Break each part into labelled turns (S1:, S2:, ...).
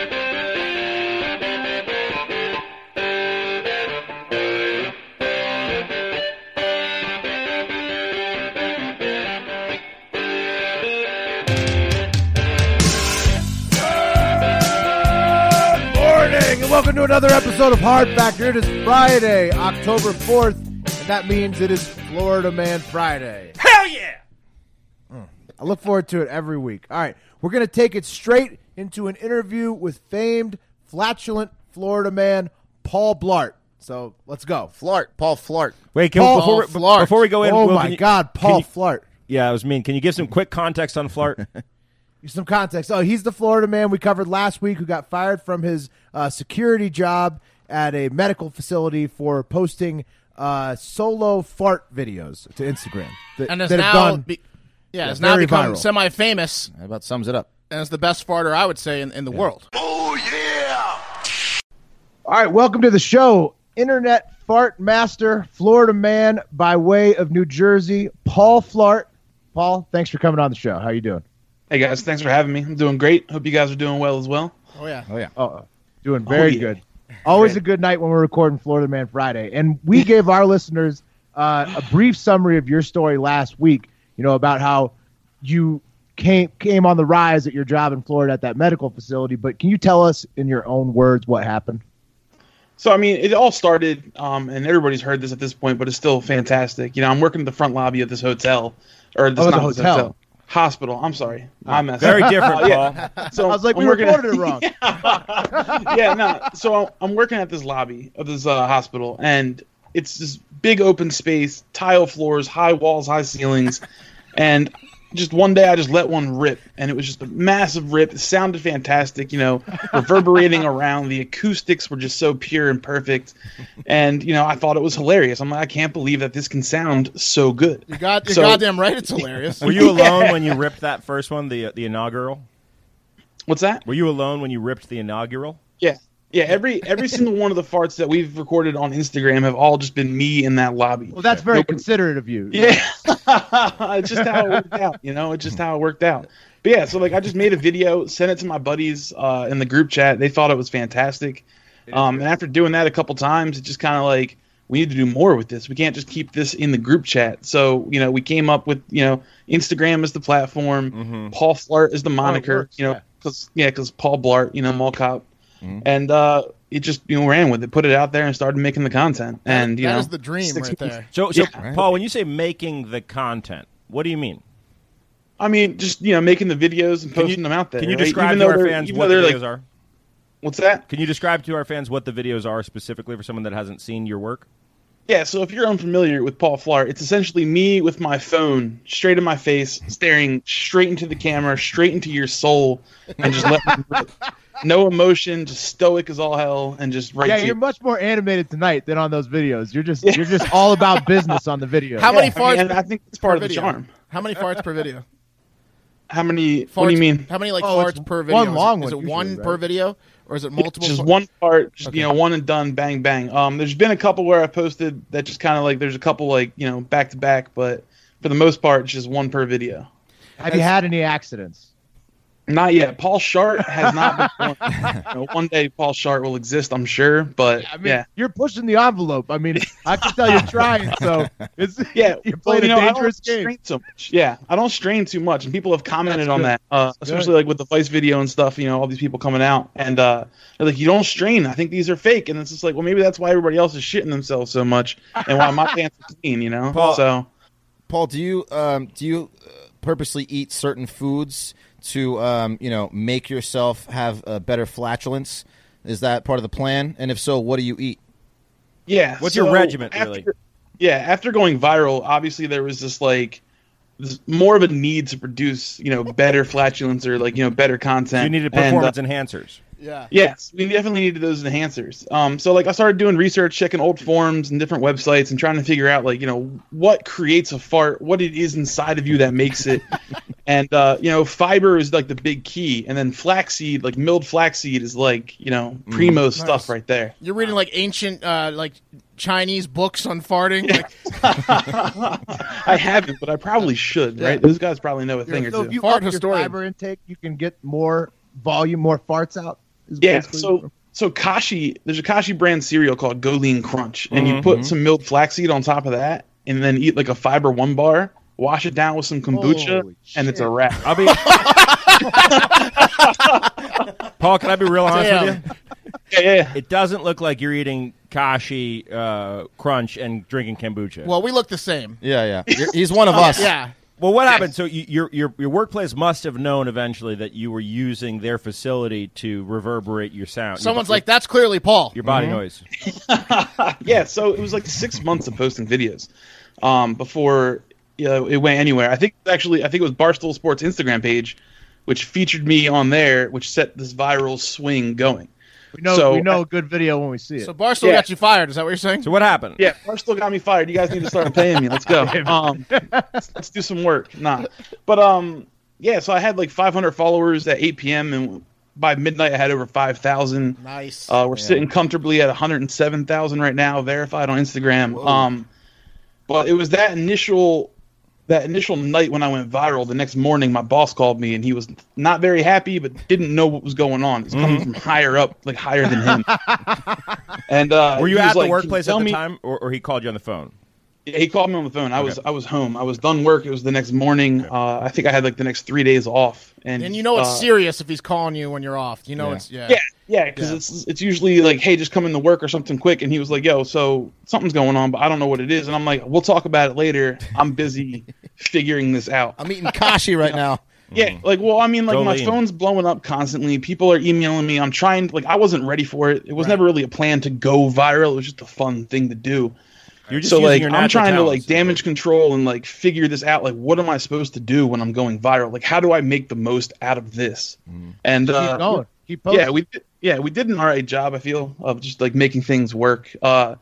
S1: morning and welcome to another episode of Hard Factor. It is Friday, October 4th, and that means it is Florida Man Friday. Hell yeah! I look forward to it every week. All right, we're going to take it straight into an interview with famed flatulent Florida man Paul Blart. So let's go.
S2: Flart, Paul Flart.
S3: Wait, can
S1: Paul
S3: before, we,
S1: Flart.
S3: before we go in,
S1: oh
S3: Will,
S1: my
S3: can you-
S1: God,
S3: can
S1: Paul
S3: you-
S1: Flart.
S3: Yeah, I was mean. Can you give some quick context on Flart?
S1: some context. Oh, he's the Florida man we covered last week who got fired from his uh, security job at a medical facility for posting uh, solo fart videos to Instagram. That,
S4: and is
S1: that have
S4: now
S1: done-
S4: be- yeah,
S1: yeah,
S4: has now
S1: very
S4: become
S1: viral.
S4: semi-famous
S2: That about sums it up.
S4: and is the best farter I would say in, in the world.
S5: Oh yeah!
S1: All right, welcome to the show. Internet fart master, Florida man by way of New Jersey, Paul Flart. Paul, thanks for coming on the show. How you doing?
S6: Hey guys, thanks for having me. I'm doing great. Hope you guys are doing well as well.
S4: Oh yeah.
S2: Oh yeah.
S1: Uh, doing very
S6: yeah.
S1: good. Always a good night when we're recording Florida Man Friday. And we gave our listeners uh, a brief summary of your story last week, you know, about how you came came on the rise at your job in Florida at that medical facility. But can you tell us in your own words what happened?
S6: So I mean, it all started, um, and everybody's heard this at this point, but it's still fantastic. You know, I'm working at the front lobby of this hotel, or this
S1: Oh, the
S6: not this
S1: hotel.
S6: hotel hospital. I'm sorry, I messed
S3: Very
S6: up.
S3: different,
S6: Uh,
S3: Paul.
S6: So
S1: I was like,
S6: I'm
S1: we
S6: working
S1: reported it wrong.
S6: yeah, no. So I'm- I'm working at this lobby of this uh, hospital, and it's this big open space, tile floors, high walls, high ceilings, and just one day I just let one rip, and it was just a massive rip. It sounded fantastic, you know, reverberating around. The acoustics were just so pure and perfect, and you know I thought it was hilarious. I'm like, I can't believe that this can sound so good.
S4: You got you're
S6: So-
S4: goddamn right. It's hilarious.
S3: Were you alone when you ripped that first one, the the inaugural?
S6: What's that?
S3: Were you alone when you ripped the inaugural?
S6: Yeah. Yeah, every every single one of the farts that we've recorded on Instagram have all just been me in that lobby.
S1: Well, that's very
S6: Nobody-
S1: considerate of you.
S6: Yeah, it's just how it worked out. You know, it's just how it worked out. But yeah, so like I just made a video, sent it to my buddies uh, in the group chat. They thought it was fantastic. Um, and after doing that a couple times, it just kind of like we need to do more with this. We can't just keep this in the group chat. So you know, we came up with you know Instagram is the platform,
S4: Mm-hmm.
S6: Paul Flart is the moniker.
S1: works,
S6: you know,
S1: yeah.
S6: because yeah, because Paul Blart, you know, mall cop,
S4: Mm-hmm.
S6: and uh, it just you know ran with it, put it out there, and started making the content. And you
S4: that
S6: know,
S4: is the dream
S6: six
S4: right
S6: months-
S4: there.
S3: So, so
S6: Yeah.
S3: Paul, when you say making the content, what do you mean?
S6: I mean, just you know, making the videos and
S3: Can
S6: posting
S3: you,
S6: them out there.
S3: Can you
S6: right?
S3: describe
S6: Even
S3: to
S6: though
S3: our
S6: they're-
S3: fans
S6: even
S3: what
S6: though
S3: the
S6: they're
S3: videos
S6: like,
S3: are?
S6: What's that?
S3: Can you describe to our fans what the videos are specifically for someone that hasn't seen your work?
S6: Yeah. So if you're unfamiliar with Paul Flart, it's essentially me with my phone straight in my face, staring straight into the camera, straight into your soul, and just letting rip. no emotion, just stoic as all hell, and just right.
S1: Yeah,
S6: to
S1: you're
S6: you.
S1: much more animated tonight than on those videos. You're just you're just all about business on the video.
S4: How many
S6: I mean,
S4: farts?
S6: and I think it's part
S4: per
S6: of the
S4: video?
S6: charm.
S4: How many farts per video?
S6: How many?
S4: Farts,
S6: what do you mean?
S4: How many like
S1: Oh, it's
S4: farts per
S1: one
S4: video? Is it-
S1: long
S4: Is it
S1: one usually,
S4: one
S1: right?
S4: per video or is it multiple?
S6: just
S4: far-
S6: one part, just you know, one and done, bang bang. Um, there's been a couple where I posted that just kind of like there's a couple like you know back to back, but for the most part, it's just one per video.
S1: Have you had any accidents?
S6: Not yet. Paul Shart has not been. born. You know, one day, Paul Shart will exist, I'm sure. But
S1: I
S6: yeah,
S1: mean, you're pushing the envelope. I mean, I can tell you're trying. So it's
S6: yeah,
S1: you're
S6: Well,
S1: playing
S6: you know,
S1: a
S6: I don't
S1: dangerous game.
S6: strain so much. Yeah, I don't strain too much, and people have commented
S1: That's
S6: on
S1: good.
S6: that, uh, especially like with the Vice video and stuff. You know, all these people coming out and uh, they're like, "You don't strain." I think these are fake, and it's just like, well, maybe that's why everybody else is shitting themselves so much, and why my pants are clean. You know,
S3: Paul-
S6: so.
S2: Paul, do you um, do you uh, purposely eat certain foods to um, you know make yourself have uh, better flatulence? Is that part of the plan? And if so, what do you eat?
S6: Yeah.
S3: What's your
S6: so
S3: regiment,
S6: after-
S3: really?
S6: Yeah, after going viral, obviously there was this like this more of a need to produce, you know, better flatulence or like, you know, better content.
S3: You needed
S6: And, uh,
S3: performance enhancers.
S4: Yeah.
S6: Yes, we definitely needed those enhancers. Um, so like I started doing research, checking old forums and different websites, and trying to figure out like you know what creates a fart, what it is inside of you that makes it, and uh, you know fiber is like the big key, and then flaxseed, like milled flaxseed, is like you know
S7: Mm.
S6: primo stuff right there.
S4: You're reading like ancient uh, like Chinese books on farting. Like,
S6: I haven't, but I probably should. Right, those guys probably know a thing or
S7: so
S6: two.
S7: if you
S4: Fart
S7: up your
S4: historian.
S7: fiber intake, you can get more volume, more farts out. is
S6: Yeah,
S7: basically-
S6: so so Kashi, there's a Kashi brand cereal called Golean Crunch, and you put some milled flaxseed on top of that, and then eat like a fiber one bar, wash it down with some kombucha,
S7: Holy
S6: and it's a wrap.
S3: I'll be. Paul, can I be real honest with you?
S6: yeah, yeah, yeah.
S3: It doesn't look like you're eating kashi uh, crunch and drinking kombucha.
S4: well, we look the same.
S2: Yeah, yeah. You're- he's one of us.
S4: Yeah.
S3: Well, what happened? So you, your your your workplace must have known eventually that you were using their facility to reverberate your sound. your
S4: Someone's
S3: bo-
S4: like, that's clearly Paul.
S3: your
S6: Mm-hmm.
S3: body noise.
S6: yeah. So it was like six months of posting videos um, before you know, it went anywhere. I think actually, I think it was Barstool Sports Instagram page, which featured me on there, which set this viral swing going.
S7: we know
S6: so-
S7: we know a good video when we see it.
S4: So Barstool
S6: Yeah.
S4: got you fired. Is that what you're saying?
S3: So what happened?
S6: Yeah, Barstool got me fired. You guys need to start paying me. Let's go. Um, let's, let's do some work. Nah, but um, yeah. So I had like 500 followers at 8 p.m. and by midnight I had over 5,000.
S4: Nice.
S6: Uh, we're sitting comfortably at 107,000 right now, verified on Instagram. Um, but it was that initial that initial night when I went viral. The next morning, my boss called me and he was not very happy, but didn't know what was going on. It's coming from higher up, like higher than him. and uh,
S3: Were you
S6: he was
S3: at
S6: like,
S3: the
S6: "Can
S3: workplace at
S6: tell
S3: the
S6: me-
S3: time, or, or he called you on the phone?
S6: yeah, he called me on the phone. I was I was home. I was done work. It was the next morning. Uh, I think I had like the next three days off. And
S4: and you know it's
S6: uh,
S4: serious if he's calling you when you're off. You know it's yeah.
S6: Yeah, yeah, because it's it's usually like, hey, just come into work or something quick. And he was like, yo, so something's going on, but I don't know what it is. And I'm like, we'll talk about it later. I'm busy figuring this out.
S4: Uh,
S2: I'm eating kashi right now.
S6: Yeah, like well, I mean, like my
S3: Jolene.
S6: phone's blowing up constantly. People are emailing me. I'm trying. Like I wasn't ready for it. It was never really a plan to go viral. It was just a fun thing to do.
S3: You're just
S6: so
S3: using
S6: like
S3: your
S6: I'm
S3: natural
S6: trying to
S3: talents.
S6: like damage control and like figure this out. Like what am I supposed to do when I'm going viral? Like how do I make the most out of this? And
S7: keep
S6: uh,
S7: going, keep posting.
S6: yeah, we did, yeah we did an alright job. I feel of just like making things work. Uh,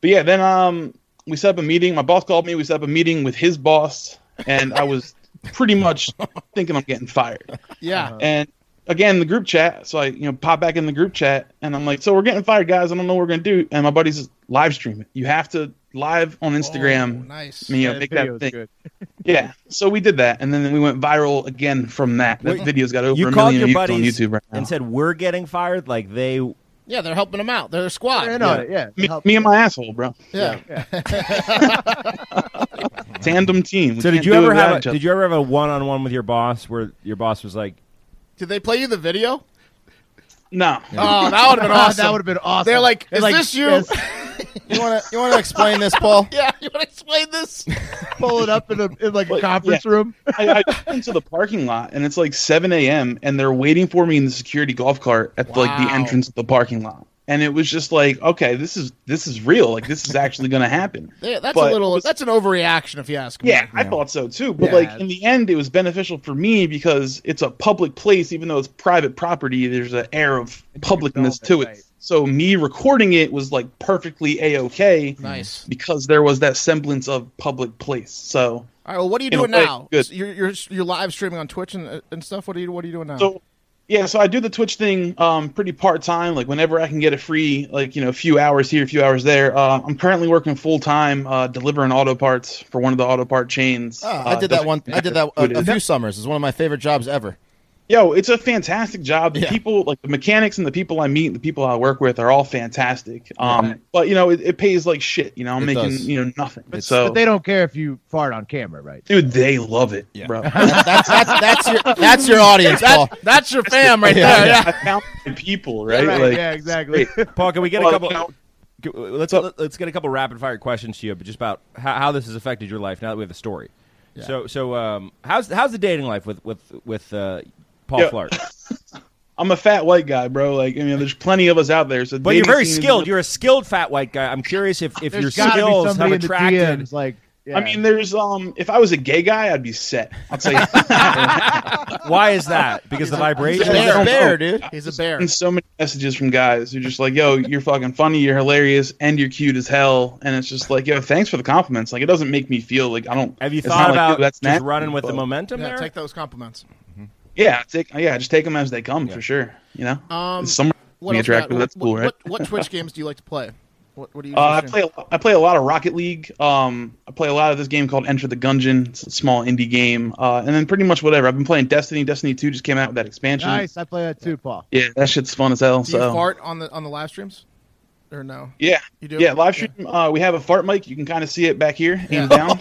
S6: but yeah, then um we set up a meeting. My boss called me. We set up a meeting with his boss, and I was pretty much thinking I'm getting fired.
S4: Yeah.
S6: And again, the group chat. So I, you know, pop back in the group chat, and I'm like, "So we're getting fired, guys. I don't know what we're gonna do." And my buddy's live stream it. You have to live on Instagram.
S4: nice.
S6: You know,
S7: Oh, that
S6: make
S7: video
S6: that
S7: is
S6: thing.
S7: good.
S6: Yeah. So we did that, and then we went viral again from that. That video's got over
S3: You
S6: a
S3: called
S6: million
S3: your
S6: views on
S3: buddies
S6: YouTube right now.
S3: and said we're getting fired. Like they
S4: Yeah, they're helping him out. They're a squad.
S7: They're in on it, uh, yeah.
S6: me,
S7: Help.
S6: me and my asshole, bro.
S4: yeah.
S6: Tandem team. We
S3: So did
S6: can't
S3: you
S6: do it
S3: ever
S6: without
S3: have
S6: each
S3: a,
S6: other.
S3: did you ever have a one on one with your boss where your boss was like,
S4: Did they play you the video?
S6: No.
S4: Oh, that would have been
S7: Ah,
S4: awesome.
S7: that would have been awesome.
S4: They're like,
S7: They're
S4: "Is this you?"
S2: You want to you want to explain this, Paul?
S4: yeah, you want to explain this?
S7: pull it up in a in like a
S6: Like,
S7: conference room.
S6: I, I went into the parking lot and it's like 7 a.m. and they're waiting for me in the security golf cart at like
S4: Wow.
S6: the entrance of the parking lot. And it was just like, okay, this is this is real. Like this is actually going to happen.
S4: Yeah, that's
S6: But-
S4: a little. That's an overreaction, if you ask me.
S6: Yeah, I thought so too. But
S7: Yeah.
S6: like in the end, it was beneficial for me because it's a public place, even though it's private property. There's an air of publicness to it.
S7: right.
S6: So me recording it was like perfectly a okay.
S4: Nice.
S6: Because there was that semblance of public place. So
S4: All right. Well, what are you
S6: In a
S4: doing
S6: way,
S4: now?
S6: good.
S4: You're, you're you're live streaming on Twitch and and stuff. What are you What are you doing now?
S6: So, yeah, so I do the Twitch thing um, pretty part time. Like whenever I can get a free, like you know, a few hours here, a few hours there. Uh, I'm currently working full time uh, delivering auto parts for one of the auto part chains.
S2: Ah,
S6: Uh,
S2: I did that
S6: doesn't
S2: one. I did that
S6: matter who it
S2: a, a
S6: is.
S2: few summers. It's one of my favorite jobs ever.
S6: Yo, it's a fantastic job. The
S2: Yeah.
S6: people, like the mechanics and the people I meet, and the people I work with, are all fantastic. Um, But you know, it, it pays like shit. You know, I'm
S2: It
S6: making
S2: does.
S6: you know nothing. so
S7: But they don't care if you fart on camera, right?
S6: dude, they love it, bro.
S2: That's that's that's your that's your audience, Paul.
S4: that's your fam right
S2: Yeah,
S4: there. Yeah.
S6: I found the people, right? like,
S7: yeah, exactly.
S3: "Paul, can we get a
S6: Well,
S3: couple?
S6: you know-
S3: g- uh, Let's let's get a couple rapid fire questions to you, but just about how, how this has affected your life now that we have the story. So so um, how's how's the dating life with with with uh, Paul
S6: Yeah.
S3: Flart?
S6: I'm a fat white guy, bro. Like, you know, there's plenty of us out there. So,
S3: But you're
S6: dating
S3: very
S6: scene is-
S3: skilled. You're a skilled fat white guy. I'm curious if, if your
S7: There's gotta be
S3: skills have
S7: somebody in the
S3: attracted.
S7: DMs, like, yeah.
S6: I mean, there's um. If I was a gay guy, I'd be set. I'll tell you.
S3: Why is that? Because the vibration.
S6: Bear.
S2: It's a bear, dude.
S4: He's a bear.
S6: gotten so many messages from guys who are just like, "Yo, you're fucking funny, you're hilarious, and you're cute as hell." And it's just like, "Yo, thanks for the compliments." Like, it doesn't make me feel like I don't.
S3: Have you
S6: it's
S3: thought
S6: not like,
S3: about
S6: "Yo, that's
S3: just
S6: nasty,"
S3: running with the
S6: but-
S3: momentum
S4: Yeah,
S3: there?
S4: take those compliments.
S6: Yeah, take yeah, just take them as they come for sure. You know,
S4: Um,
S6: It's somewhere
S4: What
S6: be
S4: else we got?
S6: attractive. That's
S4: What-
S6: cool, right?
S4: What, what Twitch games do you like to play? What, what do you?
S6: Uh, I
S4: usually-
S6: play a- I play a lot of Rocket League. Um, I play a lot of this game called Enter the Gungeon. It's a small indie game. Uh, and then pretty much whatever. I've been playing Destiny. Destiny Two just came out with that expansion.
S7: nice. I play that too, Paul.
S6: Yeah, that shit's fun as hell.
S4: Do you
S6: so
S4: fart on the on the live streams, or no?
S6: yeah,
S4: You do?
S6: yeah. Live stream. Uh, we have a fart mic. You can kind of see it back here. Aim down.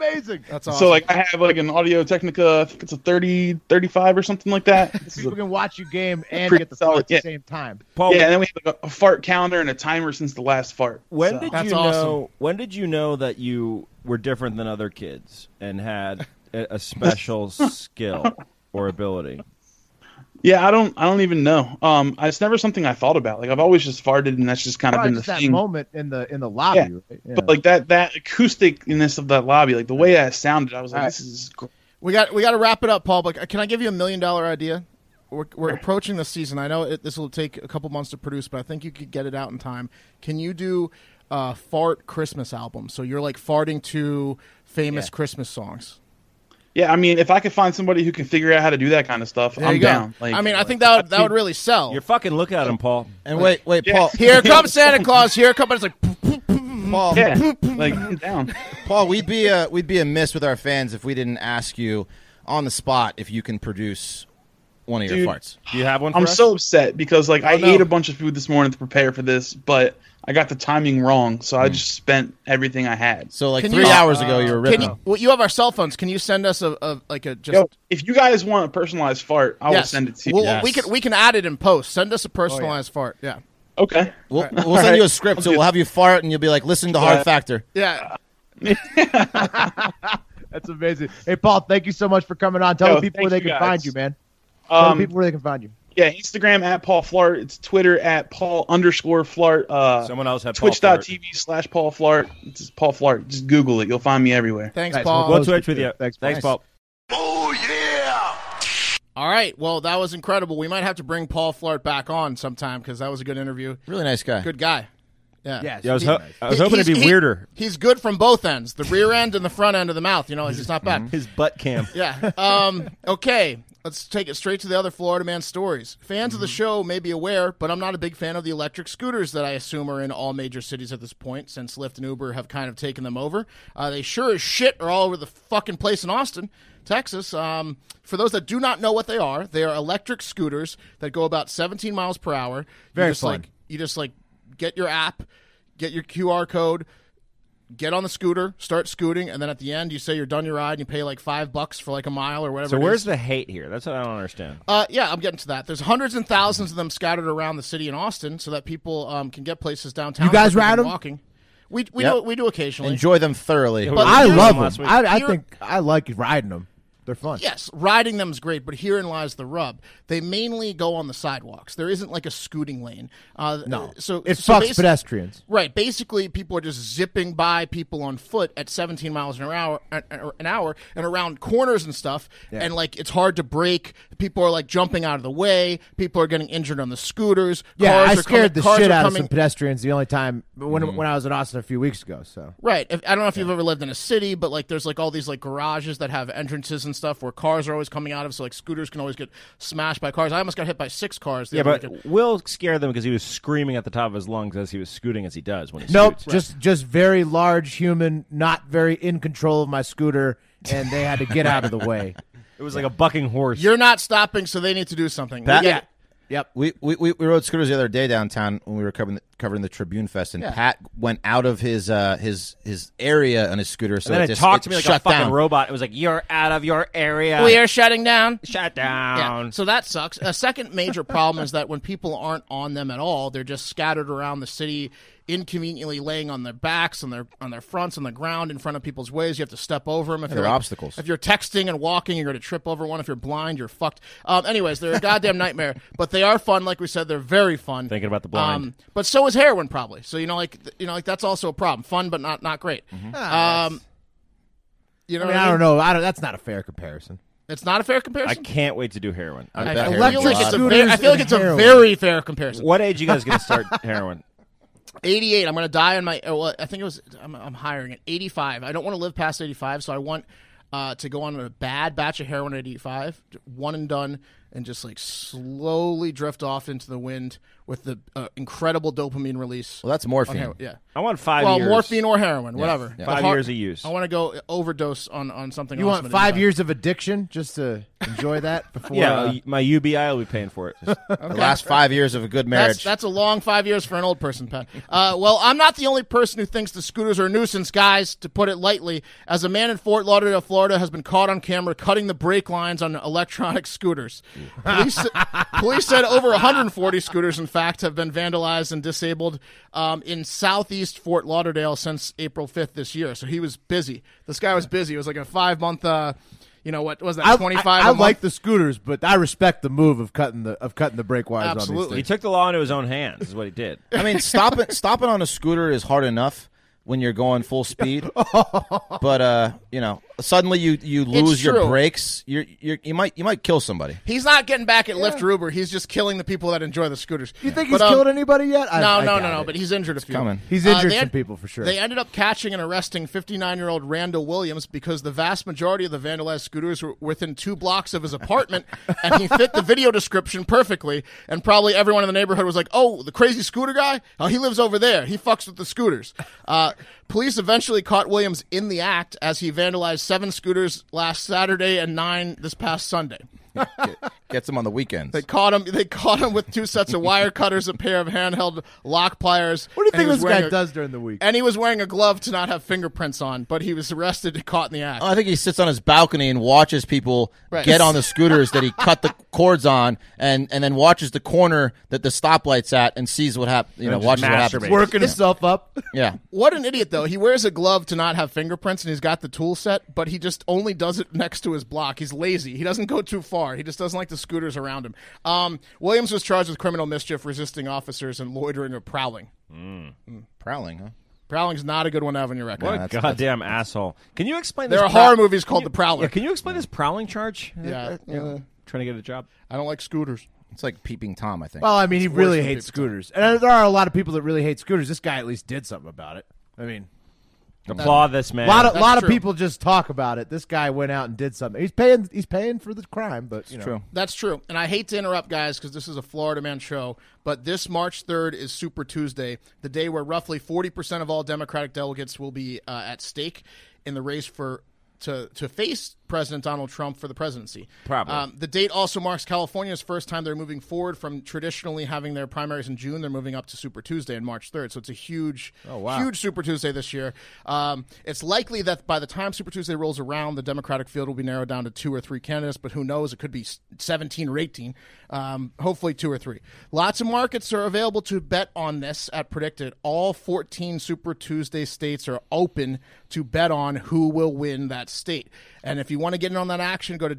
S7: Amazing.
S4: That's awesome.
S6: So like I have like an Audio Technica, I think it's a 30, 35 or something like that. This is a-
S7: People can watch you game and
S6: pretty
S7: get the
S6: solid,
S7: solid, at the
S6: yeah.
S7: same time.
S3: Paul,
S6: yeah, and then we have like, a, a fart calendar and a timer since the last fart.
S3: when
S6: So-
S3: did
S4: That's
S3: you
S4: awesome.
S3: know? When did you know that you were different than other kids and had a, a special skill or ability?
S6: yeah, I don't I don't even know. Um, I- it's never something I thought about. Like I've always just farted, and that's just kind of
S7: Probably
S6: been the
S7: just that
S6: thing.
S7: moment in the in the lobby.
S6: Yeah.
S7: Right? Yeah.
S6: But like that that acousticness of that lobby, like the way that sounded, I was like, this is gr-
S4: we got we got to wrap it up, Paul. But uh, can I give you a million dollar idea? We're, we're approaching the season. I know it, this will take a couple months to produce, but I think you could get it out in time. Can you do a fart Christmas album? So you're like farting to famous Christmas songs.
S6: yeah. I mean, if I could find somebody who can figure out how to do that kind of stuff,
S4: There
S6: I'm
S4: you go.
S6: down. Like,
S4: I mean, I think that would, that would really sell.
S3: You're fucking look at him, Paul.
S2: And wait, wait, Paul.
S4: Here comes Santa Claus. Here comes it's like
S2: Paul,
S6: yeah, like I'm down.
S2: Paul, we'd be uh, we'd be amiss with our fans if we didn't ask you on the spot if you can produce one of your
S6: Dude.
S2: farts.
S3: Do you have one? For
S6: I'm
S3: us?
S6: so upset because like I
S4: no.
S6: ate a bunch of food this morning to prepare for this, but I got the timing wrong, so I
S4: Hmm.
S6: just spent everything I had.
S2: So like
S4: Can
S2: three
S4: you- Uh,
S2: hours ago, you were
S4: Can
S2: ripping.
S4: you, well, you have our cell phones. Can you send us a, a like a just?
S6: Yo, if you guys want a personalized fart, I will
S4: yes.
S6: send it to you.
S4: Well, We can we can add it in post. Send
S7: Oh,
S4: us a personalized fart. Yeah.
S6: Okay.
S2: We'll, we'll send you a script, so we'll have you fart, and you'll be like, "Listen to Hard Factor."
S4: Yeah.
S7: That's amazing. Hey, Paul, thank you so much for coming on. Tell
S6: Yo,
S7: the people
S6: thank
S7: where they
S6: you
S7: can
S6: guys.
S7: find you, man. Tell the
S6: Um,
S7: people where they can find you.
S6: yeah, Instagram at Paul Flart. It's Twitter at Paul underscore Flart. Uh,
S3: Someone else had Paul Flart.
S6: Twitch.tv slash Paul Flart. It's just Paul Flart. Just Google it. You'll find me everywhere.
S4: Thanks,
S7: Nice.
S4: Paul.
S7: Well,
S3: We'll Twitch with you.
S7: Thanks, Paul.
S3: Thanks, Paul.
S5: Oh, yeah.
S4: All right. Well, that was incredible. We might have to bring Paul Flart back on sometime because that was a good interview.
S2: Really nice guy.
S4: Good guy. Yeah.
S3: Yeah, I was, ho- I was
S4: He-
S3: hoping it'd
S4: he's-
S3: be
S4: he-
S3: weirder.
S4: He's good from both ends, the rear end and the front end of the mouth. You know, it's just not bad.
S3: His butt cam.
S4: Yeah. Um, okay. Let's take it straight to the other Florida man stories. Fans of the show may be aware, but I'm not a big fan of the electric scooters that I assume are in all major cities at this point, since Lyft and Uber have kind of taken them over. Uh, they sure as shit are all over the fucking place in Austin, Texas. Um, for those that do not know what they are, they are electric scooters that go about 17 miles per hour. Very just,
S7: fun.
S4: Like, you just like get your app, get your QR code, get on the scooter, start scooting, and then at the end you say you're done your ride and you pay like five bucks for like a mile or whatever.
S3: So
S4: it
S3: where's
S4: is.
S3: the hate here? That's what I don't understand.
S4: Uh, yeah, I'm getting to that. There's hundreds and thousands of them scattered around the city in Austin, so that people um, can get places downtown.
S1: You guys
S4: quicker than
S1: ride 'em?
S4: Walking. We we
S2: Yep.
S4: do we do occasionally.
S2: Enjoy them thoroughly.
S3: But
S1: I
S4: Here's-
S1: love
S3: last
S1: them.
S3: week.
S1: I, I
S4: Here-
S1: think I like riding them. They're fun.
S4: Yes, riding them is great, but herein lies the rub. They mainly go on the sidewalks. There isn't like a scooting lane. Uh,
S1: No.
S4: so
S1: it
S4: so
S1: fucks
S4: basi-
S1: pedestrians.
S4: Right. Basically, people are just zipping by people on foot at 17 miles an hour, an hour, and around corners and stuff. And like, it's hard to brake. People are like jumping out of the way. People are getting injured on the scooters.
S1: Yeah,
S4: cars
S1: I
S4: are coming-
S1: scared the
S4: cars
S1: shit
S4: are
S1: out of
S4: coming- Mm-hmm.
S1: some pedestrians. The only time when when I was in Austin a few weeks ago. So
S4: Right. If, I don't know if you've ever lived in a city, but like there's like all these like garages that have entrances and stuff where cars are always coming out of. So like scooters can always get smashed by cars. I almost got hit by six cars. The
S3: Yeah,
S4: other
S3: but
S4: weekend.
S3: Will scared them because he was screaming at the top of his lungs as he was scooting as he does when he
S1: nope,
S3: scoots.
S1: just just very large human, not very in control of my scooter, and they had to get out of the way.
S3: It was like a bucking horse.
S4: you're not stopping, so they need to do something.
S2: Pat-
S4: We get it.
S2: We, we, we, we rode scooters the other day downtown when we were covering the, covering the Tribune Fest, and
S4: Yeah.
S2: Pat went out of his uh, his his area on his scooter, so
S3: and then
S2: it
S3: it
S2: just
S3: talked
S2: it
S3: to me like
S2: shut
S3: a fucking
S2: down.
S3: robot. It was like, "You're out of your area.
S4: We are shutting down.
S3: shut
S4: Yeah,
S3: down."
S4: So that sucks. A second major problem is that when people aren't on them at all, they're just scattered around the city inconveniently laying on their backs, on their on their fronts, on the ground in front of people's ways. You have to step over them. If
S2: They're
S4: you're like-
S2: obstacles.
S4: if you're texting and walking, you're going to trip over one. If you're blind, you're fucked. Um, anyways, they're a goddamn nightmare, but they are fun. Like we said, they're very fun. Um,
S3: Thinking about the blind.
S4: but so is heroin, probably. So you know, like th- you know, like that's also a problem. Fun, but not not great.
S3: Mm-hmm.
S4: Um, you know, what
S1: Ah, I mean, I don't know. I don't, that's not a fair comparison.
S4: It's not a fair
S3: I
S4: comparison.
S3: can't wait to do heroin. I-
S4: I,
S2: bet
S4: I
S2: heroin's
S4: feel like it's a
S1: lot.
S4: very, I feel like
S1: Scooters
S4: it's a
S1: and heroin.
S4: very fair comparison.
S3: what age you guys gonna start heroin?
S4: 88 i'm gonna die on my oh, well, i think it was i'm, I'm hiring at 85 i don't want to live past 85 so i want uh, to go on a bad batch of heroin at 85 one and done and just like slowly drift off into the wind with the uh, incredible dopamine release
S2: Well, that's morphine.
S4: Okay, yeah
S3: I want five
S4: well
S3: years.
S4: morphine or heroin whatever
S2: yeah.
S4: The
S3: Five
S4: har-
S3: years of use.
S4: i want to go overdose on on something
S1: You
S4: awesome at
S1: want five
S4: 85.
S1: years of addiction just to enjoy that before?
S3: Yeah,
S1: uh,
S3: my UBI will be paying for it.
S2: The last five years of a good
S4: that's,
S2: marriage.
S4: that's a long five years for an old person, Pat. Uh, well, I'm not the only person who thinks the scooters are a nuisance, guys, to put it lightly, as a man in Fort Lauderdale, Florida has been caught on camera cutting the brake lines on electronic scooters. Police, police said over 140 scooters, in fact, have been vandalized and disabled um, in southeast Fort Lauderdale since April 5th this year. So he was busy. This guy was busy. It was like a five month, uh, you know, what was
S1: I,
S4: that,
S1: I-
S4: 25?
S1: I,
S4: a month?
S1: like the scooters, but I respect the move of cutting the of cutting the brake wires. on these
S4: Absolutely.
S3: he
S1: things.
S3: took the law into his own hands. Is what he did.
S2: I mean, stopping stopping on a scooter is hard enough when you're going full speed. but uh, you know, suddenly you you lose your
S4: true.
S2: brakes. You you you might you might kill somebody.
S4: He's not getting back at Lyft or Uber. He's just killing the people that enjoy the scooters.
S1: You think
S4: But,
S1: he's
S4: um,
S1: killed anybody yet? I,
S4: No,
S1: I
S4: no,
S1: doubt
S4: no, no.
S1: it.
S4: But he's injured a few.
S2: coming.
S1: he's
S4: Uh,
S1: injured
S4: they
S1: some
S4: en-
S1: people for sure.
S4: They ended up catching and arresting 59-year-old Randall Williams because the vast majority of the vandalized scooters were within two blocks of his apartment, and he fit the video description perfectly. And probably everyone in the neighborhood was like, "Oh, the crazy scooter guy? Oh, he lives over there. He fucks with the scooters." Uh, police eventually caught Williams in the act as he vandalized seven scooters last Saturday and nine this past Sunday.
S2: Gets them on the weekends.
S4: They caught him. They caught him with two sets of wire cutters, a pair of handheld lock pliers.
S1: what do you
S4: and he
S1: think
S4: was
S1: this guy
S4: wearing a-
S1: does during the week?
S4: And he was wearing a glove to not have fingerprints on, but he was arrested and caught in the
S1: Uh,
S4: act.
S2: I think he sits on his balcony and watches people
S4: Right.
S2: get on the scooters that he cut the cords on, and, and then watches the corner that the stoplight's at and sees what happens. You know,
S3: just
S2: watches what
S3: masturbates.
S2: happens.
S1: Working himself up.
S2: Yeah,
S4: what an idiot, though! He wears a glove to not have fingerprints, and he's got the tool set, but he just only does it next to his block. He's lazy. He doesn't go too far. He just doesn't like the scooters around him. Um, Williams was charged with criminal mischief, resisting officers, and loitering or prowling.
S2: prowling. Huh?
S4: Prowling's not a good one to have on your record.
S3: What a goddamn asshole! Can you explain?
S4: There
S3: this
S4: are
S3: prow-
S4: horror movies called
S3: Can you-
S4: The Prowler.
S3: yeah, can you explain this prowling charge?
S4: Yeah.
S3: trying to get a job.
S4: I don't like scooters.
S2: It's like peeping tom. I think.
S1: Well, I mean, he really
S4: than
S1: hates scooters, and there are a lot of people that really hate scooters. This guy at least did something about it. I mean,
S3: Applaud this man.
S1: a lot of
S4: That's
S1: lot of
S4: true.
S1: people just talk about it. This guy went out and did something. He's paying. He's paying for the crime, but you know.
S2: true.
S4: That's true. And I hate to interrupt, guys, because this is a Florida man show, but this March 3rd is Super Tuesday, the day where roughly 40% of all Democratic delegates will be uh, at stake in the race for. To, to face President Donald Trump for the presidency.
S3: Probably.
S4: Um, the date also marks California's first time they're moving forward from traditionally having their primaries in June. They're moving up to Super Tuesday on March 3rd. So it's a huge, huge Super Tuesday this year. Um, it's likely that by the time Super Tuesday rolls around, the Democratic field will be narrowed down to two or three candidates, but who knows? It could be s- 17 or 18. Um, hopefully, two or three. Lots of markets are available to bet on this at Predicted. All 14 Super Tuesday states are open to bet on who will win that state. And if you want to get in on that action, go to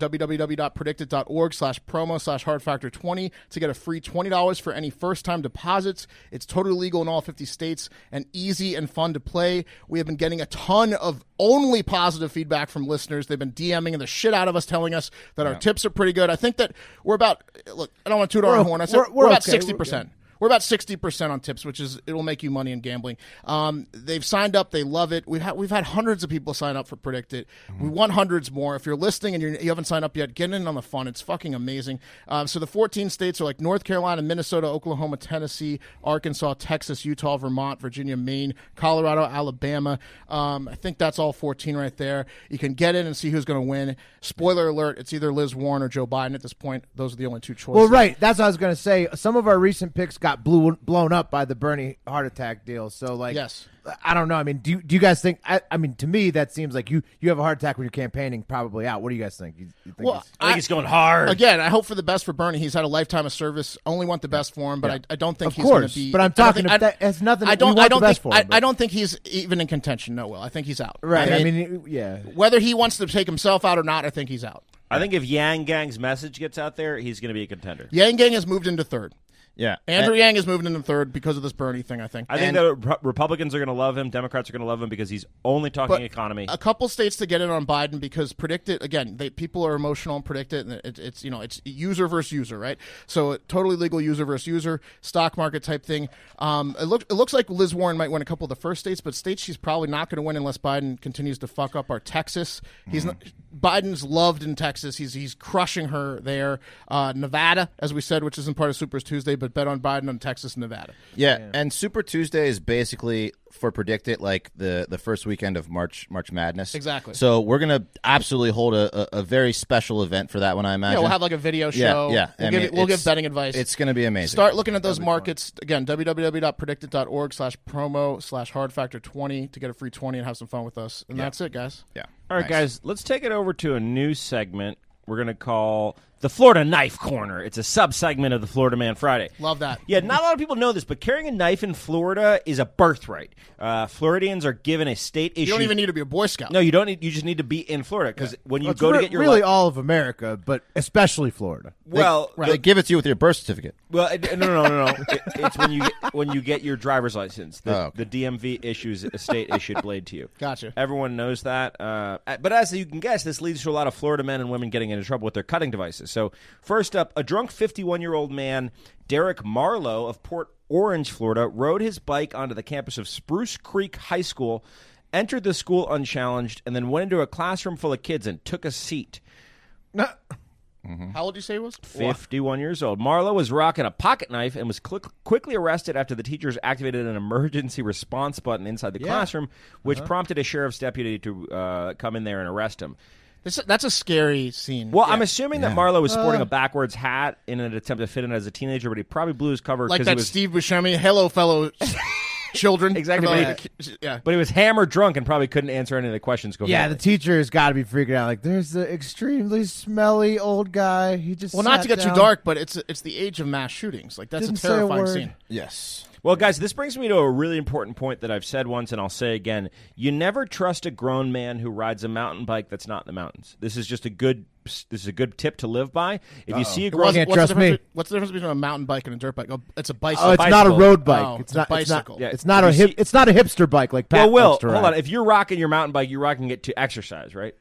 S4: www.predicted.org slash promo slash hard factor 20 to get a free $20 for any first time deposits. It's totally legal in all 50 states and easy and fun to play. We have been getting a ton of only positive feedback from listeners. They've been DMing the shit out of us, telling us that our tips are pretty good. I think that we're about, look, I don't want to toot our own horn. I said
S1: we're-
S4: we're,
S1: we're
S4: about
S1: okay.
S4: 60%. We're about sixty percent on tips, which is it'll make you money in gambling. Um, they've signed up; they love it. We've had we've had hundreds of people sign up for Predict It.
S1: Mm-hmm.
S4: We want hundreds more. If you're listening and you're, you haven't signed up yet, get in on the fun. It's fucking amazing. Um, so the fourteen states are like North Carolina, Minnesota, Oklahoma, Tennessee, Arkansas, Texas, Utah, Vermont, Virginia, Maine, Colorado, Alabama. Um, I think that's all fourteen right there. You can get in and see who's going to win. Spoiler alert: it's either Liz Warren or Joe Biden at this point. Those are the only two choices.
S1: Well, right. That's what I was going to say. Some of our recent picks got got blew, blown up by the Bernie heart attack deal. So like,
S4: Yes.
S1: I don't know. I mean, do you, do you guys think? I, I mean, to me, that seems like you you have a heart attack when you're campaigning, probably out. What do you guys think? You, you think
S4: Well,
S1: it's-
S2: I think it's going hard.
S4: Again, I hope for the best for Bernie. He's had a lifetime of service. Only want the best for him, but I, I don't think
S1: Of
S4: he's going
S1: course,
S4: to be.
S1: but I'm
S4: I don't
S1: talking
S4: think-
S1: of that- it's nothing-
S4: I
S1: we
S4: don't.
S1: want
S4: I
S1: the
S4: don't
S1: best
S4: think.
S1: for him,
S4: I,
S1: but-
S4: I don't think he's even in contention. No, Will. I think he's out.
S1: right? I mean, it- yeah.
S4: whether he wants to take himself out or not, I think he's out.
S3: I think if Yang Gang's message gets out there, he's going to be a contender.
S4: Yang Gang has moved into third.
S2: Yeah.
S4: Andrew Yang has moved into third because of this Bernie thing. I think.
S3: I think
S4: And
S3: that Re- Republicans are going to love him. Democrats are going to love him because he's only talking
S4: But-
S3: economy.
S4: a couple states to get in on Biden because predict it again. They, people are emotional and predict it, and it, it's you know it's user versus user, right? So totally legal user versus user, stock market type thing. Um, it looks it looks like Liz Warren might win a couple of the first states, but states she's probably not going to win unless Biden continues to fuck up. Our Texas, he's not, Biden's loved in Texas. He's he's crushing her there. Uh, Nevada, as we said, which isn't part of Supers Tuesday, but bet on Biden on Texas and Nevada.
S2: Yeah, and Super Tuesday is basically for predict it like the the first weekend of March March Madness.
S4: Exactly.
S2: So we're gonna absolutely hold a, a, a very special event for that one. I imagine.
S4: Yeah, we'll have like a video
S2: Yeah,
S4: show.
S2: yeah.
S4: We'll,
S2: I
S4: give,
S2: mean,
S4: it- we'll give
S2: it's-
S4: betting advice.
S2: It's gonna be amazing.
S4: Start looking at those markets again. www.predictit.org slash promo slash hard factor 20 to get a free 20 and have some fun with us. And that's it, guys.
S2: Yeah.
S3: All right,
S2: Nice.
S3: guys, let's take it over to a new segment. We're going to call the Florida Knife Corner. It's a sub segment of the Florida Man Friday.
S4: Love that.
S3: Yeah, not a lot of people know this, but carrying a knife in Florida is a birthright. Uh, Floridians are given a state issue.
S4: You don't even need to be a Boy Scout.
S3: No, you don't need. You just need to be in Florida because when you
S1: It's
S3: go
S1: re-
S3: to get your
S1: really
S3: li-
S1: all of America, but especially Florida.
S3: well,
S2: They give it to you with your birth certificate.
S3: Well, it- no, no, no, no. no. It- it's when you get, when you get your driver's license. The,
S2: Oh, okay.
S3: the DMV issues a state issued blade to you.
S4: Gotcha.
S3: Everyone knows that. Uh, but as you can guess, this leads to a lot of Florida men and women getting into trouble with their cutting devices. So first up, a drunk 51 year old man, Derek Marlowe of Port Orange, Florida, rode his bike onto the campus of Spruce Creek High School, entered the school unchallenged, and then went into a classroom full of kids and took a seat.
S4: How old do you say he was?
S3: 51 years old. Marlowe was rocking a pocket knife and was click quickly arrested after the teachers activated an emergency response button inside the classroom, which prompted a sheriff's deputy to uh, come in there and arrest him.
S4: This, that's a scary scene.
S3: Well,
S4: Yeah.
S3: I'm assuming that Marlowe was sporting a backwards hat in an attempt to fit in as a teenager, but he probably blew his cover
S4: like
S3: because
S4: that
S3: he was.
S4: Steve Buscemi. Hello, fellow children.
S3: Exactly,
S4: Hello.
S3: but-
S4: Yeah.
S3: But he was hammered drunk and probably couldn't answer any of the questions.
S1: Yeah, the
S3: coherently.
S1: teacher has got to be freaking out. Like, there's the extremely smelly old guy. He just
S4: Well, not
S1: sat
S4: to get
S1: down,
S4: too dark, but it's it's the age of mass shootings. Like that's
S1: Didn't
S4: a
S1: say a
S4: terrifying
S1: word.
S4: scene.
S2: Yes.
S3: Well, guys, this brings me to a really important point that I've said once and I'll say again. You never trust a grown man who rides a mountain bike that's not in the mountains. This is just a good this is a good tip to live by. If you see a grown
S4: What's-
S1: Can't
S4: what's
S1: trust
S4: the difference
S1: me.
S4: be- What's the difference between a mountain bike and a dirt bike? Oh, it's a bicycle.
S1: Oh, it's not a
S3: bicycle.
S1: road bike.
S4: Oh,
S1: it's
S4: it's a
S1: not. It's not.
S4: bicycle.
S3: Yeah,
S1: It's not a
S3: you
S1: hip.
S3: see-
S1: it's not a hipster bike like Pat
S3: Well, Will,
S1: likes to
S3: hold
S1: ride.
S3: on. If you're rocking your mountain bike, you're rocking it to exercise, right?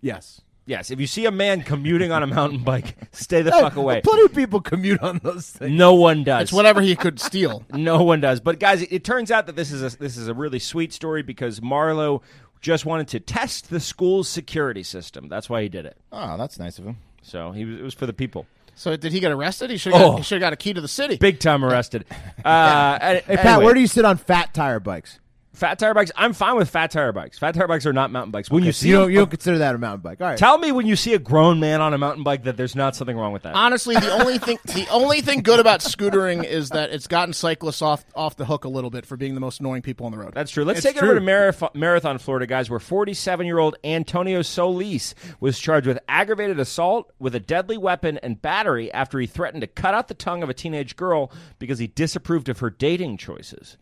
S1: yes.
S3: Yes. If you see a man commuting on a mountain bike, stay the fuck away.
S1: Plenty of people commute on those things.
S3: No one does.
S4: it's whatever he could steal.
S3: No one does. But guys, it, it turns out that this is a, this is a really sweet story because Marlowe just wanted to test the school's security system. That's why he did it.
S2: Oh, that's nice of him.
S3: So he was, it was for the people.
S4: So did he get arrested? He should have
S3: Oh.
S4: got, he should have got a key to the city.
S3: Big time arrested. Uh,
S1: Hey, Pat, where do you sit on fat tire bikes?
S3: fat tire bikes? I'm fine with fat tire bikes. Fat tire bikes are not mountain bikes. When you see,
S1: You don't. You don't consider that a mountain bike. All right.
S3: tell me when you see a grown man on a mountain bike that there's not something wrong with that.
S4: Honestly, the only thing the only thing good about scootering is that it's gotten cyclists off off the hook a little bit for being the most annoying people on the road.
S3: That's true. Let's take it over to Marif- Marathon, Florida, guys, where 47 year old Antonio Solis was charged with aggravated assault with a deadly weapon and battery after he threatened to cut out the tongue of a teenage girl because he disapproved of her dating choices.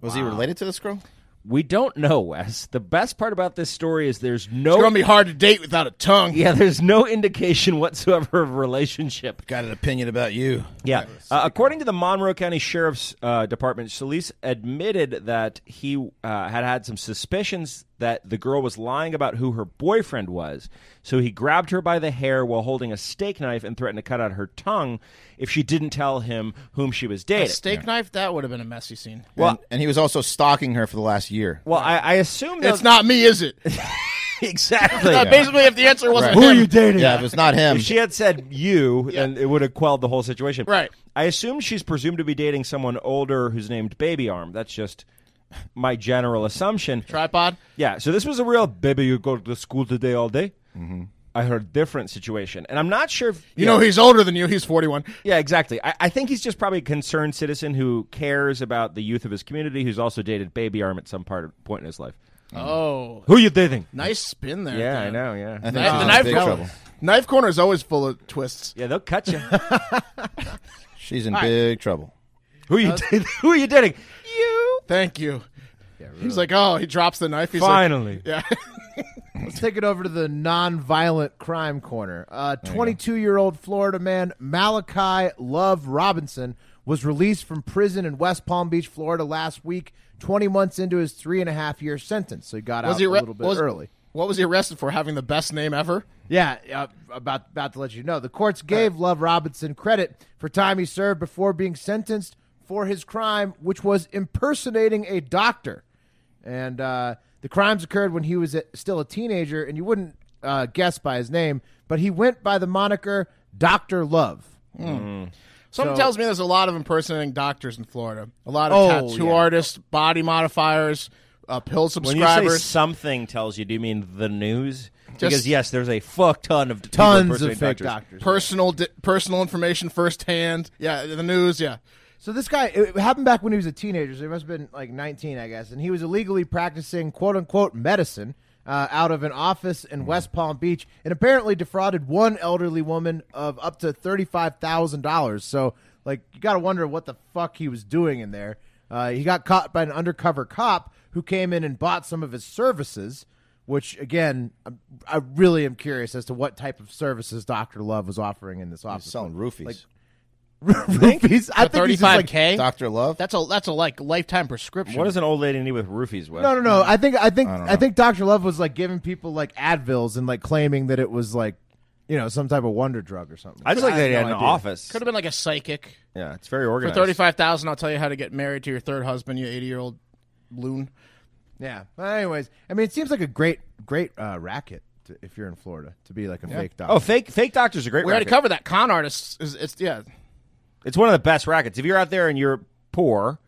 S2: Was he related to this girl?
S3: We don't know, Wes. The best part about this story is there's
S4: it's
S3: no
S4: gonna be hard to date without a tongue.
S3: Yeah, there's no indication whatsoever of relationship.
S2: Got an opinion about you.
S3: Yeah. Uh, according to the Monroe County Sheriff's uh, Department, Solis admitted that he uh, had had some suspicions that the girl was lying about who her boyfriend was. So he grabbed her by the hair while holding a steak knife and threatened to cut out her tongue if she didn't tell him whom she was
S4: A
S3: dating.
S4: steak knife that would have been a messy scene.
S2: Well, and, and he was also stalking her for the last year.
S3: well, I, I assume that's
S4: It's not me, is it?
S3: exactly.
S4: Uh, basically, if the answer wasn't
S2: Right.
S4: him,
S1: dating?
S2: Yeah, if it's not him.
S3: If she had said you, then it would have quelled the whole situation.
S4: Right.
S3: I assume she's presumed to be dating someone older who's named Baby Arm. That's just my general assumption.
S4: tripod.
S3: Yeah, so this was a real baby. You go to school today all day. I heard different situation, and I'm not sure. If,
S4: Mm-hmm. You know, he's older than you. He's 41.
S3: Yeah, exactly. I, I think he's just probably a concerned citizen who cares about the youth of his community, who's also dated Baby Arm at some part point in his life.
S4: Oh,
S3: Who you dating?
S4: nice spin there.
S3: Yeah, I
S4: Dan.
S3: know. Yeah,
S2: I think
S4: Knife-
S2: she's
S4: the
S2: in
S4: knife,
S2: big
S4: corner-
S2: trouble.
S4: knife corner is always full of twists.
S3: yeah, they'll cut you.
S2: She's in big trouble.
S3: who you dating? Who you dating? You.
S4: Thank you. he's like, oh, he drops the knife. He's
S3: Finally.
S4: like, yeah.
S1: Let's take it over to the non-violent crime corner. Uh, 22-year-old Florida man Malachi Love Robinson was released from prison in West Palm Beach, Florida, last week. 20 months into his three and a half year sentence, so he got out
S4: he
S1: a
S4: arre-
S1: little bit
S4: was-
S1: early.
S4: What was he arrested for? Having the best name ever?
S1: Yeah, uh, about about to let you know. The courts gave Love Robinson credit for time he served before being sentenced for his crime, which was impersonating a doctor. And uh, the crimes occurred when he was a, still a teenager, and you wouldn't uh, guess by his name, but he went by the moniker Doctor Love.
S4: Something
S1: So-
S4: tells me there's a lot of impersonating doctors in Florida. A lot of
S1: Oh,
S4: tattoo
S1: yeah.
S4: artists, body modifiers, uh, pill
S3: When you say
S4: subscribers.
S3: something tells you, do you mean the news?
S4: Just-
S3: because yes, there's a fuck ton of people
S1: Tons of
S3: impersonating
S1: fake
S3: doctors.
S1: doctors.
S4: personal di- personal information firsthand. Yeah, the news. Yeah.
S1: So this guy, it happened back when he was a teenager. So he must have been like 19, I guess. And he was illegally practicing quote unquote medicine uh, out of an office
S4: Mm.
S1: in West Palm Beach and apparently defrauded one elderly woman of up to $35,000. So, like, you got to wonder what the fuck he was doing in there. Uh, he got caught by an undercover cop who came in and bought some of his services, which, again, I'm, I really am curious as to what type of services Dr. Love was offering in this office.
S2: Selling roofies.
S1: Like, roofies? I think he's just,
S4: Thirty-five
S1: like,
S4: k.
S2: Doctor Love.
S4: That's a that's a like lifetime prescription.
S3: What does an old lady need with roofies? Wes?
S1: No, no, no. I think I think I, think Dr. Love was like giving people like Advils and like claiming that it was like, you know, some type of wonder drug or something.
S3: I just like
S1: have
S3: that he had
S1: no
S3: an
S1: idea.
S3: office.
S4: Could have been like a psychic.
S3: Yeah, it's very
S4: For
S3: organized.
S4: thirty five thousand, I'll tell you how to get married to your third husband, you eighty year old loon.
S1: Yeah. But anyways, I mean, it seems like a great great uh, racket to, if you're in Florida to be like a fake doctor.
S3: Oh, fake fake doctors are great.
S4: We already
S3: racket.
S4: covered that. Con artists is it's yeah.
S3: It's one of the best rackets. If you're out there and you're poor,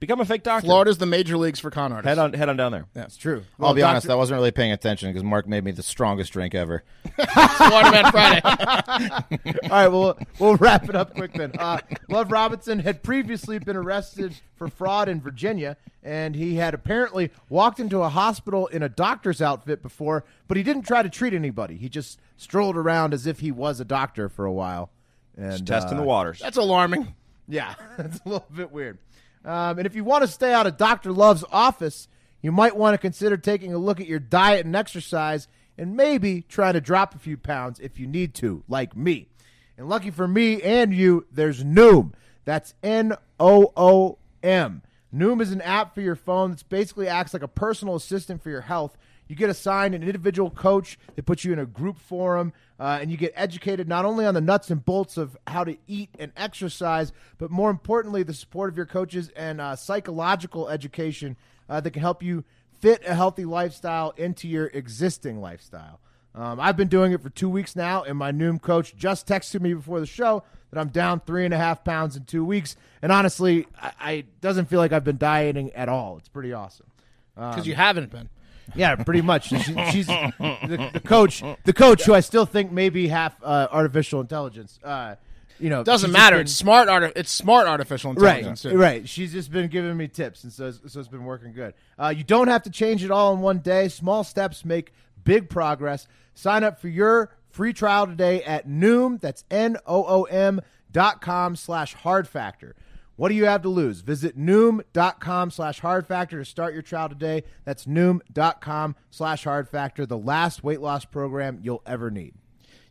S3: become a fake doctor.
S4: Florida's the major leagues for con artists.
S3: Head on head on down there.
S1: it's true.
S2: I'll be honest, I wasn't really paying attention because Mark made me the strongest drink ever.
S4: Florida Man Friday.
S1: All right, well, we'll wrap it up quick then. Uh, Love Robinson had previously been arrested for fraud in Virginia, and he had apparently walked into a hospital in a doctor's outfit before, but he didn't try to treat anybody. He just strolled around as if he was a doctor for a while. And,
S3: Testing
S1: uh,
S3: the waters.
S4: That's alarming.
S1: Yeah, that's a little bit weird. Um, and if you want to stay out of Dr. Love's office, you might want to consider taking a look at your diet and exercise and maybe trying to drop a few pounds if you need to, like me. And lucky for me and you, there's Noom. That's N O O M. Noom is an app for your phone that's basically acts like a personal assistant for your health. You get assigned an individual coach that puts you in a group forum, uh, and you get educated not only on the nuts and bolts of how to eat and exercise, but more importantly, the support of your coaches and uh, psychological education uh, that can help you fit a healthy lifestyle into your existing lifestyle. Um, I've been doing it for two weeks now, and my Noom coach just texted me before the show that I'm down three and a half pounds in two weeks. And honestly, I, I doesn't feel like I've been dieting at all. It's pretty awesome.
S4: Because you haven't been.
S1: Yeah, pretty much. She, she's the, the coach. The coach, who I still think may be half uh, artificial intelligence. Uh, you know,
S4: Doesn't
S1: she's just
S4: matter.
S1: been-
S4: It's smart art. It's smart artificial
S1: Right,
S4: intelligence. too.
S1: right. She's just been giving me tips, and so so it's been working good. Uh, you don't have to change it all in one day. Small steps make big progress. Sign up for your free trial today at Noom. That's n o o m dot com slash hard factor. What do you have to lose? Visit noom.com slash hard factor to start your trial today. That's noom.com slash hard factor, the last weight loss program you'll ever need.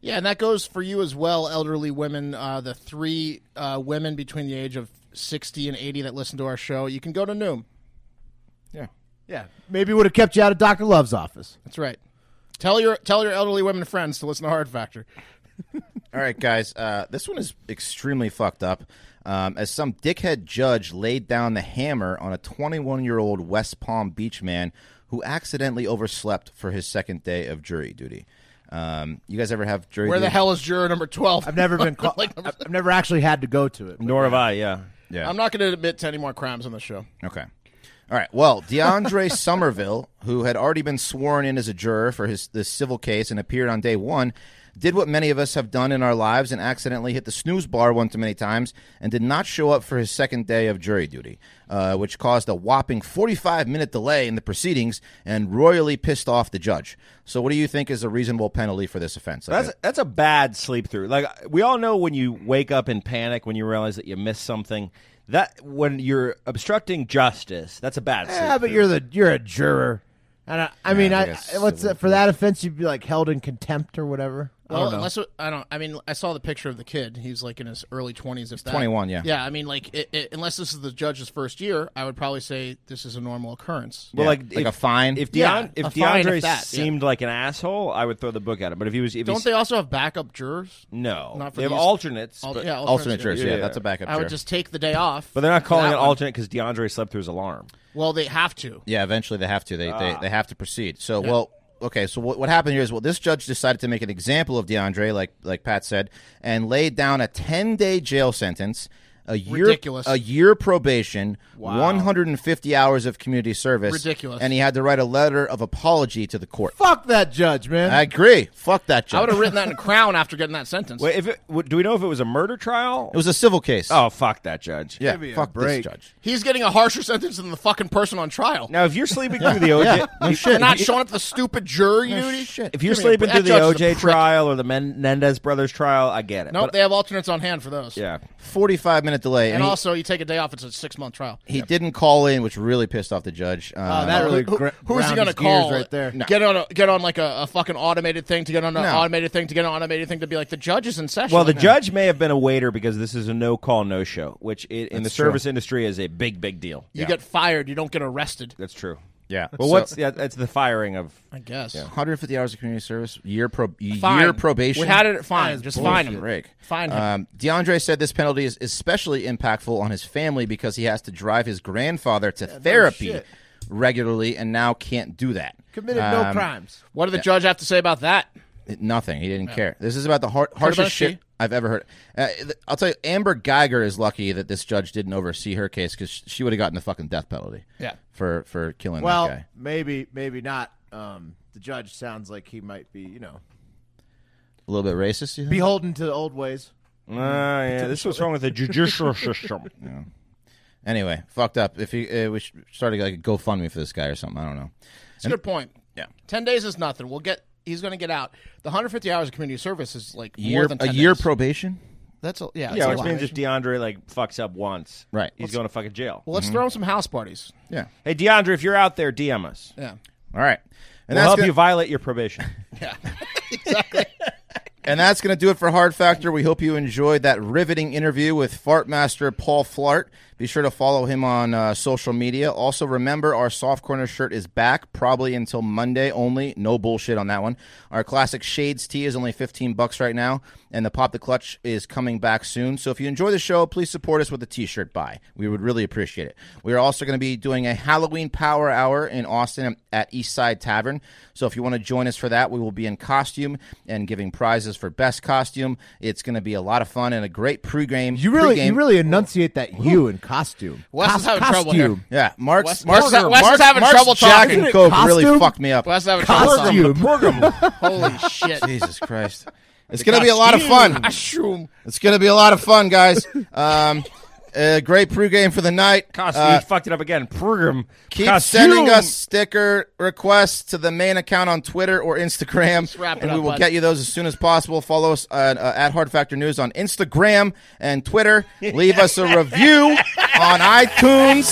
S4: Yeah, and that goes for you as well, elderly women. Uh, the three uh, women between the age of sixty and eighty that listen to our show, you can go to Noom.
S1: Yeah. Maybe would have kept you out of Dr. Love's office.
S4: That's right. Tell your tell your elderly women friends to listen to Hard Factor.
S2: All right, guys. Uh, this one is extremely fucked up. Um, as some dickhead judge laid down the hammer on a 21 year old West Palm Beach man who accidentally overslept for his second day of jury duty. Um, you guys ever have jury
S4: Where
S2: duty?
S4: the hell is juror number twelve?
S1: I've never been called.
S4: Like,
S1: I've never actually had to go to it.
S3: Nor have I. Yeah.
S2: Yeah.
S4: I'm not going to admit to any more crimes on the show.
S2: Okay. All right. Well, DeAndre Somerville, who had already been sworn in as a juror for his this civil case and appeared on day one, did what many of us have done in our lives and accidentally hit the snooze bar one too many times and did not show up for his second day of jury duty, uh, which caused a whopping 45 minute delay in the proceedings and royally pissed off the judge. So, what do you think is a reasonable penalty for this offense? Like
S3: That's that's a bad sleep through. Like we all know when you wake up in panic when you realize that you missed something. That when you're obstructing justice, that's a bad. Sleep
S1: Yeah, Eh, but
S3: through.
S1: you're the you're a juror. And I, I mean,
S2: I
S1: I,
S2: guess
S1: I- what's
S2: civil
S1: that, for that offense? You'd be like held in contempt or whatever. I
S4: Well,
S1: don't know.
S4: unless it- I don't. I mean, I saw the picture of the kid. He's like in his early twenties. If that.
S2: 21, yeah.
S4: Yeah, I mean, like it, it, unless this is the judge's first year, I would probably say this is a normal occurrence.
S3: Well,
S2: Yeah,
S3: like, if,
S2: like a fine?
S3: If, Deon-
S4: Yeah,
S3: if
S4: a fine,
S3: DeAndre
S4: if that, yeah.
S3: seemed like an asshole, I would throw the book at him. But if he was, if
S4: Don't
S3: he's,
S4: they also have backup jurors?
S3: No,
S4: Not for
S3: they have
S4: these-
S3: alternates.
S4: Al-
S3: but,
S4: yeah,
S2: alternate
S4: alternates,
S2: jurors. Yeah,
S3: Yeah.
S2: that's a backup
S4: I would
S2: juror.
S4: just take the day off.
S3: but they're not
S4: for
S3: calling it
S4: that one.
S3: alternate because DeAndre slept through his alarm.
S4: Well, they have to.
S2: Yeah, eventually they have to. They
S4: Ah.
S2: they, they have to proceed. So well, okay. So what, what happened here is well, this judge decided to make an example of DeAndre, like like Pat said, and laid down a ten day jail sentence, a year
S4: Ridiculous.
S2: a year probation, one hundred and fifty hours of community service,
S4: Ridiculous.
S2: and he had to write a letter of apology to the court.
S1: Fuck that judge, man.
S2: I agree. Fuck that
S4: I would
S2: judge.
S4: have written that in a crown after getting that sentence.
S3: Wait, if it, w- do we know if it was a murder trial?
S2: it was a civil case.
S3: oh, fuck that judge.
S2: yeah, fuck this judge.
S4: He's getting a harsher sentence than the fucking person on trial.
S3: Now, if you're sleeping through the OJ, if-
S4: They're not showing up to the stupid jury duty.
S2: shit.
S3: if you're
S4: Give me a
S3: sleeping
S4: break.
S3: through
S4: That
S3: the
S4: judge is a
S3: OJ
S4: prick.
S3: trial or the Menendez brothers trial, I get it.
S4: Nope,
S3: But-
S4: they have alternates on hand for those.
S3: yeah,
S2: Forty five minute delay,
S4: And
S2: he,
S4: also, you take a day off. It's a six month trial.
S2: he didn't call in, which really pissed off the judge.
S4: Oh,
S2: Um,
S1: that really
S4: Who-
S1: gra-
S4: who is he
S1: ground
S4: gonna
S1: his gears
S4: call?
S1: right there?
S4: Get on a get on like a, a fucking automated thing to get on an
S2: No.
S4: automated thing to get on an automated thing to be like the judge is in session.
S3: Well, the
S4: right now.
S3: judge may have been a waiter because this is a no call, no show, which i in the
S2: That's
S3: service
S2: true.
S3: industry is a big, big deal.
S4: you get fired, you don't get arrested.
S3: That's true.
S2: yeah.
S3: Well,
S2: So-
S3: what's yeah, that's the firing of. uh,
S4: I guess.
S2: 150 hours of community service, year pro,
S4: Fine.
S2: year probation.
S4: We had it at fine. Just fine
S2: Bullshit.
S4: him.
S2: Break.
S4: Fine him.
S2: Um, DeAndre said this penalty is especially impactful on his family because he has to drive his grandfather to therapy
S1: shit.
S2: regularly and now can't do that.
S1: Committed
S4: Ah,
S1: no
S2: Um,
S1: crimes.
S4: what did the judge have to say about that?
S2: Nothing. He didn't care. This is about the har- harshest
S4: about
S2: shit
S4: she?
S2: I've ever heard. Uh, th- I'll tell you, Amber Geiger is lucky that this judge didn't oversee her case because she would have gotten the fucking death penalty.
S4: Yeah.
S2: For for killing
S1: Well,
S2: that guy.
S1: maybe maybe not. Um, the judge sounds like he might be, you know,
S2: A little bit racist. You think?
S1: beholden to the old ways.
S4: Mm-hmm.
S3: Ah, yeah, this is what's wrong with the judicial system.
S2: Anyway, fucked up. If you uh, we should start a, like a GoFundMe for this guy or something, I don't know.
S4: It's a good point.
S2: Yeah.
S4: Ten days is nothing. We'll get. He's going to get out. The 150 hours of community service is like
S2: Year
S4: more than 10
S2: a year
S4: days.
S2: probation.
S4: That's a,
S3: Yeah,
S4: yeah. that's a
S3: which
S4: lot.
S3: means if DeAndre like fucks up once,
S2: Right.
S3: he's going to fucking jail.
S4: well,
S2: Mm-hmm.
S4: let's throw him some house parties.
S2: Yeah.
S3: Hey, DeAndre, if you're out there, DM us.
S4: Yeah.
S2: All right.
S3: We'll
S2: And that's
S3: help
S2: gonna,
S3: you violate your probation.
S2: and that's going to do it for Hard Factor. We hope you enjoyed that riveting interview with Fart Master Paul Flart. Be sure to follow him on uh, social media. Also, remember our Soft Corner shirt is back probably until Monday only. No bullshit on that one. Our classic Shades tee is only 15 bucks right now, and the Pop the Clutch is coming back soon. So if you enjoy the show, please support us with a t-shirt buy. We would really appreciate it. We are also going to be doing a Halloween Power Hour in Austin at Eastside Tavern. So if you want to join us for that, we will be in costume and giving prizes for best costume. It's going to be a lot of fun and a great pregame.
S1: You really
S2: pregame-
S1: you really enunciate that you in costume.
S4: Wes is
S1: Cos-
S4: having trouble here.
S1: costume.
S2: Yeah, Mark's
S4: Wes- Wes-
S2: Mark's,
S4: Wes is
S2: Mark's-
S4: having
S2: Mark's
S4: trouble
S2: Jack
S4: talking.
S2: and Coke really
S1: Costume?
S2: fucked me up.
S4: Well, that's not a
S1: Costume.
S4: Holy shit.
S2: Jesus Christ. It's going to be a lot of fun.
S4: Mushroom.
S2: It's going to be a lot of fun, guys. Um, a great pregame for the night.
S3: Costume.
S2: Uh,
S3: he fucked it up again. Program.
S2: Keep
S3: Costume.
S2: sending us sticker requests to the main account on Twitter or Instagram,
S4: wrap it
S2: and we
S4: up,
S2: will
S4: bud.
S2: get you those as soon as possible. Follow us at, uh, at Hard Factor News on Instagram and Twitter. Leave us a review on iTunes.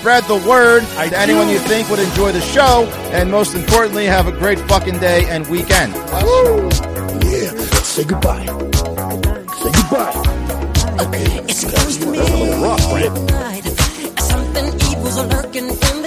S2: Spread the word to anyone you think would enjoy the show, and most importantly, have a great fucking day and weekend.
S5: Yeah, say goodbye. Say goodbye. Okay,
S8: It's close to midnight. Something evil's lurking in